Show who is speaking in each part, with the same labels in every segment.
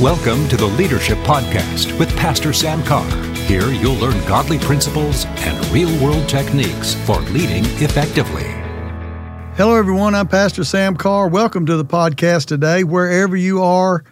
Speaker 1: Welcome to the Leadership Podcast with Pastor Sam Carr. Here you'll learn godly principles and real world techniques for leading effectively.
Speaker 2: Hello, everyone. I'm Pastor Sam Carr. Welcome to the podcast today, wherever you are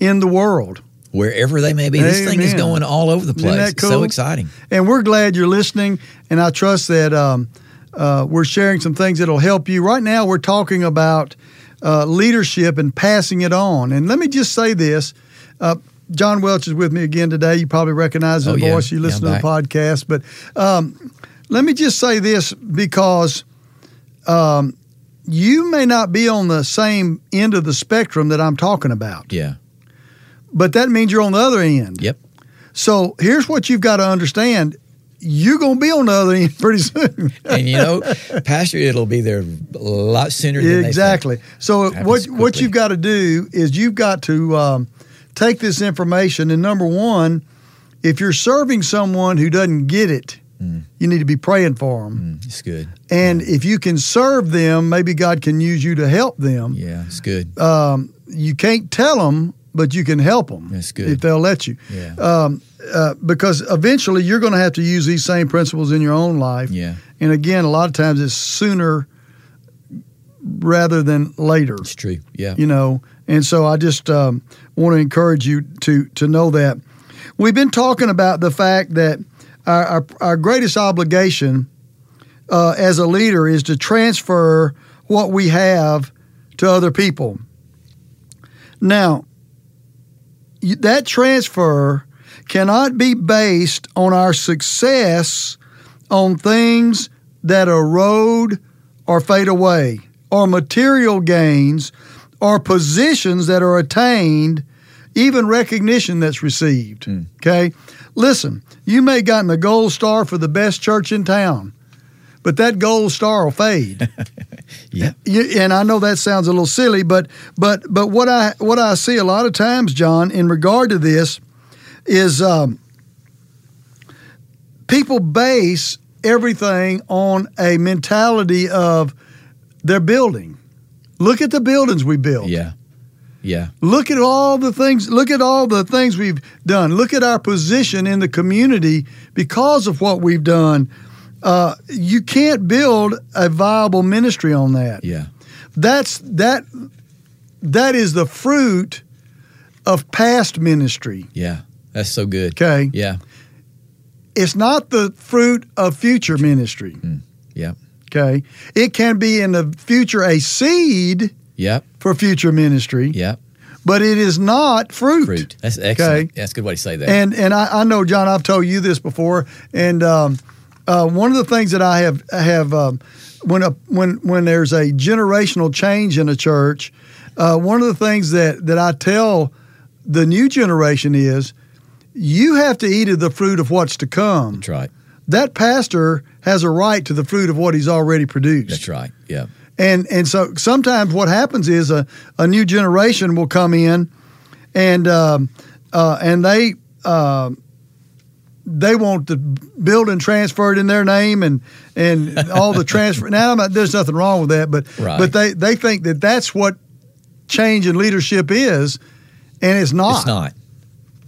Speaker 2: in the world.
Speaker 3: Wherever they may be, this thing is
Speaker 2: Amen.
Speaker 3: going all over the
Speaker 2: Isn't
Speaker 3: place.
Speaker 2: that
Speaker 3: It's So
Speaker 2: cool?
Speaker 3: exciting!
Speaker 2: And we're glad you're listening, and I trust that um, uh, we're sharing some things that'll help you. Right now, we're talking about uh, leadership and passing it on. And let me just say this uh, John Welch is with me again today. You probably recognize his
Speaker 3: Oh, yeah.
Speaker 2: voice. You
Speaker 3: Yeah,
Speaker 2: listen
Speaker 3: I'm
Speaker 2: to the podcast. But um, let me just say this because. Um, you may not be on the same end of the spectrum that I'm talking about,
Speaker 3: Yeah,
Speaker 2: but that means you're on the other end.
Speaker 3: yep,
Speaker 2: So here's what you've got to understand. You're going to be on the other end pretty soon.
Speaker 3: and you know, Pastor, it'll be there a lot sooner than
Speaker 2: exactly. So what
Speaker 3: Happens
Speaker 2: what
Speaker 3: quickly.
Speaker 2: you've got to do is you've got to um, take this information and number one, if you're serving someone who doesn't get it, you need to be praying for them.
Speaker 3: They think. Mm, It's good.
Speaker 2: And if you can serve them, maybe God can use you to help them.
Speaker 3: Yeah, it's good.
Speaker 2: Um, you can't tell them, but you can help them
Speaker 3: That's good.
Speaker 2: if they'll let you.
Speaker 3: Yeah,
Speaker 2: Um, uh, because eventually you're going to have to use these same principles in your own life.
Speaker 3: yeah,
Speaker 2: And again, a lot of times it's sooner rather than later,
Speaker 3: it's true. Yeah,
Speaker 2: you know. And so I just um, want to encourage you to to know that we've been talking about the fact that our our, our greatest obligation uh, as a leader is to transfer what we have to other people. Now, you- that transfer cannot be based on our success on things that erode or fade away, or material gains, or positions that are attained, even recognition that's received.
Speaker 3: Hmm.
Speaker 2: Okay? Listen, you may have gotten a gold star for the best church in town, but that gold star will fade.
Speaker 3: yeah,
Speaker 2: You- and I know that sounds a little silly, but but but what I what I see a lot of times, John, in regard to this, is um, people base everything on a mentality of their building. Look at the buildings we built.
Speaker 3: yeah, yeah,
Speaker 2: Look at all the things. Look at all the things we've done. Look at our position in the community because of what we've done. Uh, you can't build a viable ministry on that
Speaker 3: yeah.
Speaker 2: that's that that is the fruit of past ministry
Speaker 3: yeah. That's so good.
Speaker 2: okay
Speaker 3: Yeah,
Speaker 2: it's not the fruit of future ministry
Speaker 3: Mm, yeah,
Speaker 2: okay it can be in the future a seed
Speaker 3: yeah,
Speaker 2: for future ministry
Speaker 3: yeah.
Speaker 2: but it is not fruit,
Speaker 3: Fruit. That's excellent. That's a good way to say that.
Speaker 2: and and I, I know john i've told you this before and um, uh, one of the things that i have I have um, when a when when there's a generational change in a church uh, one of the things that that i tell the new generation is you have to eat of the fruit of what's to come
Speaker 3: that's right.
Speaker 2: that pastor has a right to the fruit of what he's already produced
Speaker 3: That's right. Yeah,
Speaker 2: and and so sometimes what happens is a, a new generation will come in, and um, uh, and they um they want the building transferred in their name and and all the transfer. Now I'm not, there's nothing wrong with that, but
Speaker 3: Right.
Speaker 2: but they they think that that's what change in leadership is, and it's not.
Speaker 3: it's not.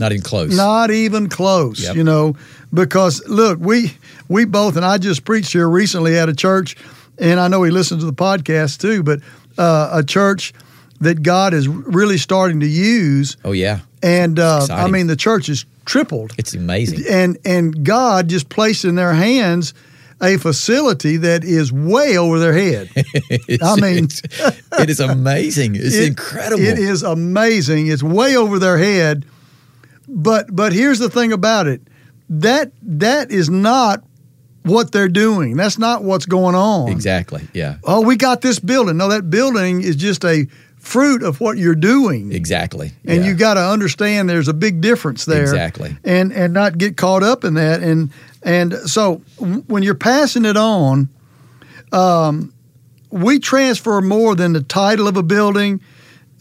Speaker 3: Not even close.
Speaker 2: Not even close,
Speaker 3: Yep.
Speaker 2: you know, because look, we we both and I just preached here recently at a church, and I know he listened to the podcast too, but uh, a church that God is really starting to use,
Speaker 3: Oh yeah,
Speaker 2: and uh, I
Speaker 3: Exciting.
Speaker 2: mean the church is tripled,
Speaker 3: it's amazing.
Speaker 2: and and God just placed in their hands a facility that is way over their head.
Speaker 3: It's-
Speaker 2: I mean-
Speaker 3: it's, it is amazing. It's
Speaker 2: It-
Speaker 3: incredible.
Speaker 2: It is amazing. It's way over their head. But but here's the thing about it. That that is not what they're doing. That's not what's going on.
Speaker 3: Exactly. Yeah.
Speaker 2: Oh, we got this building. No, that building is just a fruit of what you're doing.
Speaker 3: Exactly.
Speaker 2: And
Speaker 3: yeah.
Speaker 2: you got to understand there's a big difference there.
Speaker 3: Exactly.
Speaker 2: And and not get caught up in that. And and so w- when you're passing it on, um, we transfer more than the title of a building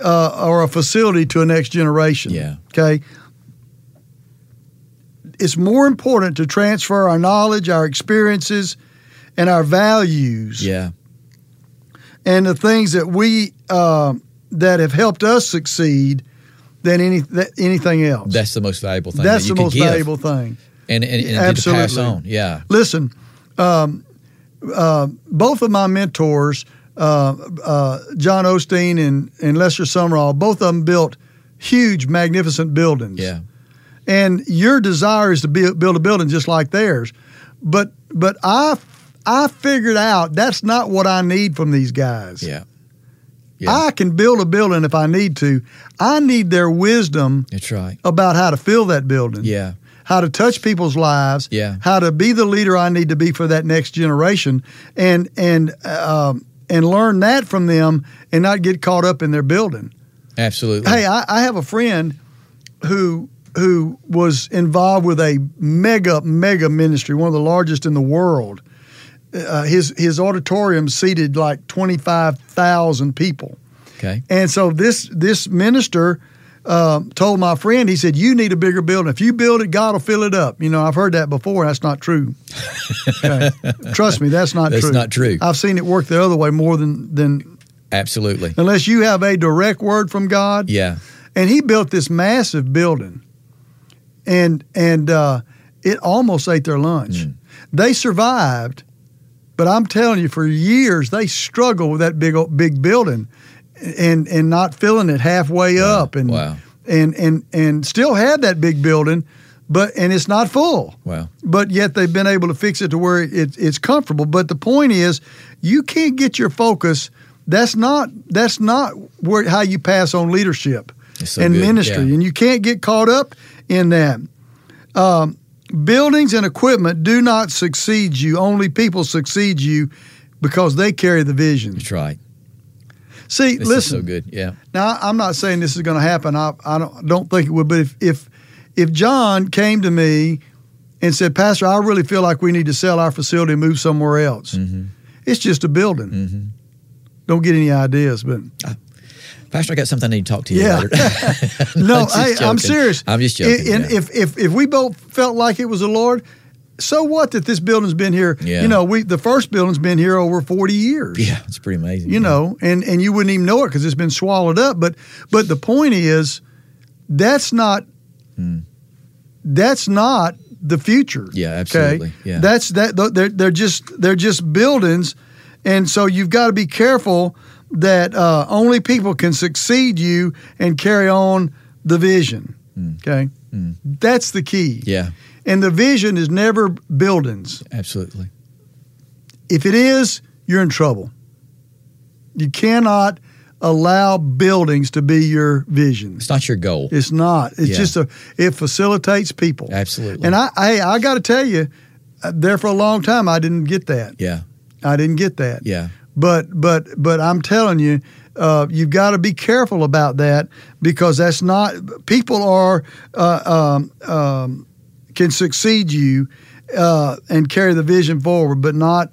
Speaker 2: uh, or a facility to a next generation.
Speaker 3: Yeah.
Speaker 2: Okay. It's more important to transfer our knowledge, our experiences, and our values
Speaker 3: Yeah.
Speaker 2: and the things that we um that have helped us succeed than any that, anything else.
Speaker 3: That's the most valuable thing.
Speaker 2: That's the
Speaker 3: that you can
Speaker 2: most
Speaker 3: give
Speaker 2: valuable thing.
Speaker 3: And, and, and
Speaker 2: Absolutely.
Speaker 3: to pass on. Yeah.
Speaker 2: Listen, um, uh, both of my mentors, uh, uh, John Osteen and, and Lester Summerall, both of them built huge, magnificent buildings.
Speaker 3: Yeah.
Speaker 2: And your desire is to build, build a building just like theirs, but but I I figured out that's not what I need from these guys.
Speaker 3: Yeah. Yeah.
Speaker 2: I can build a building if I need to. I need their wisdom
Speaker 3: That's right.
Speaker 2: about how to fill that building
Speaker 3: Yeah.
Speaker 2: how to touch people's lives,
Speaker 3: Yeah.
Speaker 2: how to be the leader I need to be for that next generation, and and um, and learn that from them, and not get caught up in their building.
Speaker 3: Absolutely.
Speaker 2: Hey, I, I have a friend who who was involved with a mega mega ministry, one of the largest in the world. Uh, his his auditorium seated like twenty five thousand people.
Speaker 3: okay.
Speaker 2: And so this this minister um, told my friend, he said, "You need a bigger building. If you build it, God will fill it up." You know, I've heard that before. That's not true. Okay. Trust me, that's not
Speaker 3: That's
Speaker 2: true.
Speaker 3: not true.
Speaker 2: I've seen it work the other way more than than
Speaker 3: Absolutely.
Speaker 2: unless you have a direct word from God.
Speaker 3: Yeah.
Speaker 2: And he built this massive building, and and uh, it almost ate their lunch.
Speaker 3: Hmm.
Speaker 2: They survived, but I'm telling you, for years they struggled with that big old- big building, and and not filling it halfway up, and
Speaker 3: wow.
Speaker 2: and and and still had that big building, but and it's not full
Speaker 3: Wow.
Speaker 2: but yet they've been able to fix it to where it, it's comfortable. But the point is, you can't get your focus. That's not that's not where how you pass on leadership
Speaker 3: It's so
Speaker 2: and
Speaker 3: good.
Speaker 2: ministry,
Speaker 3: Yeah.
Speaker 2: and you can't get caught up in that. Um, buildings and equipment do not succeed you. Only people succeed you because they carry the vision.
Speaker 3: That's right.
Speaker 2: See,
Speaker 3: This is
Speaker 2: listen.
Speaker 3: so good. Yeah.
Speaker 2: Now, I'm not saying this is going to happen. I, I don't, don't think it would. But if, if if John came to me and said, Pastor, I really feel like we need to sell our facility and move somewhere else.
Speaker 3: Mhm.
Speaker 2: It's just a building.
Speaker 3: Mhm.
Speaker 2: Don't get any ideas, but
Speaker 3: Pastor, I got something I need to talk to you
Speaker 2: Yeah.
Speaker 3: about.
Speaker 2: no,
Speaker 3: I'm just
Speaker 2: I, I'm
Speaker 3: joking.
Speaker 2: serious.
Speaker 3: I'm just joking.
Speaker 2: And- and
Speaker 3: yeah.
Speaker 2: if, if if we both felt like it was the Lord, so what that this building's been here?
Speaker 3: Yeah.
Speaker 2: You know, we the first building's been here over 40 years.
Speaker 3: yeah, it's pretty amazing.
Speaker 2: you know, and and you wouldn't even know it because it's been swallowed up. But but the point is, that's not
Speaker 3: Hmm.
Speaker 2: that's not the future.
Speaker 3: Yeah, absolutely. Yeah.
Speaker 2: that's that. th- They're they're just they're just buildings, and so you've got to be careful that uh, only people can succeed you and carry on the vision. Okay,
Speaker 3: Hmm.
Speaker 2: that's the key.
Speaker 3: Yeah,
Speaker 2: And the vision is never buildings.
Speaker 3: absolutely.
Speaker 2: If it is, you're in trouble. You cannot allow buildings to be your vision.
Speaker 3: It's not your goal.
Speaker 2: It's not. It's
Speaker 3: Yeah.
Speaker 2: just a. It facilitates people.
Speaker 3: Absolutely.
Speaker 2: And I, hey, I got to tell you, uh, there for a long time, I didn't get that.
Speaker 3: yeah,
Speaker 2: I didn't get that.
Speaker 3: yeah,
Speaker 2: But, but, but I'm telling you, uh, you've got to be careful about that because that's not. People are uh, um, um, can succeed you uh, and carry the vision forward, but not,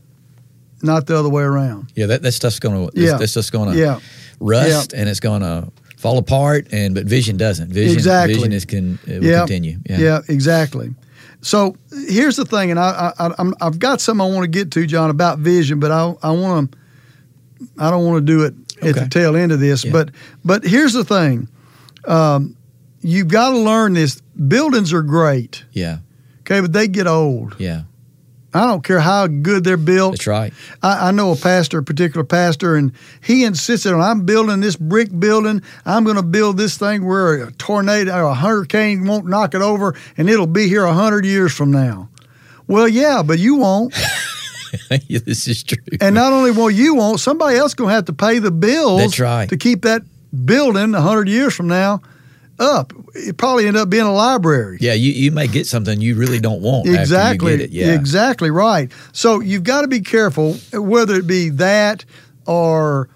Speaker 2: not the other way around.
Speaker 3: yeah. That, that stuff's gonna. This,
Speaker 2: Yeah.
Speaker 3: this stuff's gonna
Speaker 2: Yeah.
Speaker 3: rust and it's gonna fall apart. And but vision doesn't. Vision.
Speaker 2: Exactly.
Speaker 3: Vision is can it will
Speaker 2: Yeah.
Speaker 3: continue. Yeah.
Speaker 2: exactly. So here's the thing, and I, I, I I'm, I've got something I want to get to, John, about vision, but I, I want to, I don't want to do it at
Speaker 3: Okay.
Speaker 2: the tail end of this.
Speaker 3: Yeah.
Speaker 2: But, but here's the thing, um, you've got to learn this. Buildings are great,
Speaker 3: Yeah.
Speaker 2: okay, but they get old.
Speaker 3: Yeah.
Speaker 2: I don't care how good they're built.
Speaker 3: That's right.
Speaker 2: I, I know a pastor, a particular pastor, and he insisted on I'm building this brick building. I'm going to build this thing where a tornado or a hurricane won't knock it over, and it'll be here a hundred years from now. Well, yeah, but you won't,
Speaker 3: Yeah, this is true.
Speaker 2: and not only will you won't, somebody else going to have to pay the bills.
Speaker 3: That's right.
Speaker 2: To keep that building a hundred years from now up, it probably end up being a library.
Speaker 3: yeah, you, you may get something you really don't want. after you
Speaker 2: Exactly.
Speaker 3: get it. Yeah.
Speaker 2: Exactly right. So you've got to be careful whether it be that or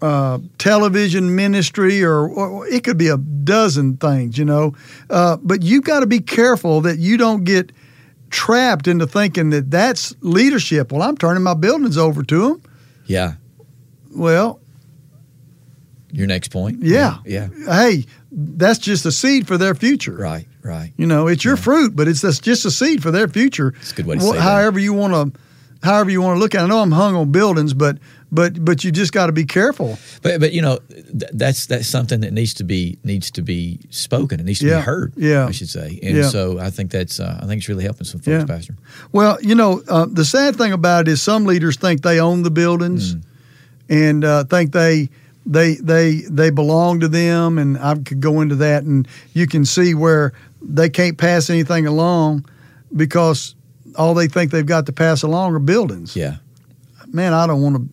Speaker 2: uh, television ministry or, or it could be a dozen things, you know. Uh, but you've got to be careful that you don't get trapped into thinking that that's leadership. Well, I'm turning my buildings over to them.
Speaker 3: Yeah.
Speaker 2: Well,
Speaker 3: Your next point.
Speaker 2: Yeah.
Speaker 3: Yeah.
Speaker 2: hey, that's just a seed for their future.
Speaker 3: Right. Right.
Speaker 2: You know, it's your fruit, but it's that's just a seed for their future.
Speaker 3: It's a good way to
Speaker 2: Wh-
Speaker 3: say that.
Speaker 2: however you want to, however you want to look at. it. I know I'm hung on buildings, but but but you just got to be careful.
Speaker 3: But but you know th- that's that's something that needs to be needs to be spoken. It needs to
Speaker 2: Yeah.
Speaker 3: be heard.
Speaker 2: Yeah.
Speaker 3: I should say. And
Speaker 2: Yeah.
Speaker 3: so I think that's uh, I think it's really helping some folks,
Speaker 2: Yeah.
Speaker 3: Pastor.
Speaker 2: Well, you know, uh, the sad thing about it is some leaders think they own the buildings
Speaker 3: Mm.
Speaker 2: and uh, think they they they they belong to them, and I could go into that, and you can see where they can't pass anything along because all they think they've got to pass along are buildings.
Speaker 3: Yeah.
Speaker 2: Man, I don't want to.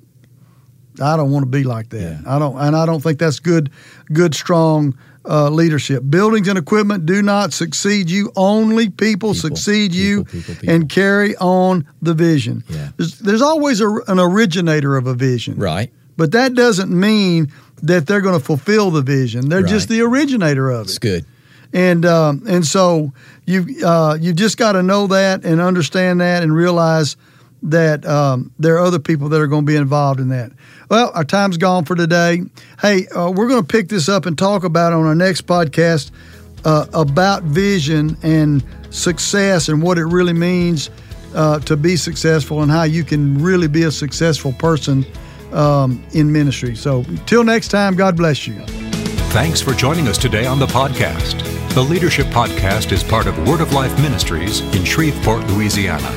Speaker 2: I don't want to be like that. I don't, and I don't think that's good, good strong uh, leadership. Buildings and equipment do not succeed you. Only people,
Speaker 3: People,
Speaker 2: succeed you
Speaker 3: people, people, people.
Speaker 2: and carry on the vision.
Speaker 3: Yeah.
Speaker 2: There's, there's always a, an originator of a vision,
Speaker 3: Right.
Speaker 2: but that doesn't mean that they're going to fulfill the vision. They're just
Speaker 3: Right.
Speaker 2: the originator of
Speaker 3: It's
Speaker 2: it,
Speaker 3: good.
Speaker 2: and um, and so you uh, you just got to know that and understand that and realize that um, there are other people that are going to be involved in that. Well, our time's gone for today. Hey, uh, we're going to pick this up and talk about it on our next podcast uh, about vision and success and what it really means uh, to be successful and how you can really be a successful person um, in ministry. So, till next time, God bless you.
Speaker 1: Thanks for joining us today on the podcast. The Leadership Podcast is part of Word of Life Ministries in Shreveport, Louisiana.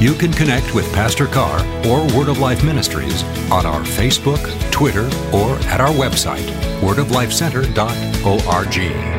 Speaker 1: You can connect with Pastor Carr or Word of Life Ministries on our Facebook, Twitter, or at our website, wordoflifecenter.org.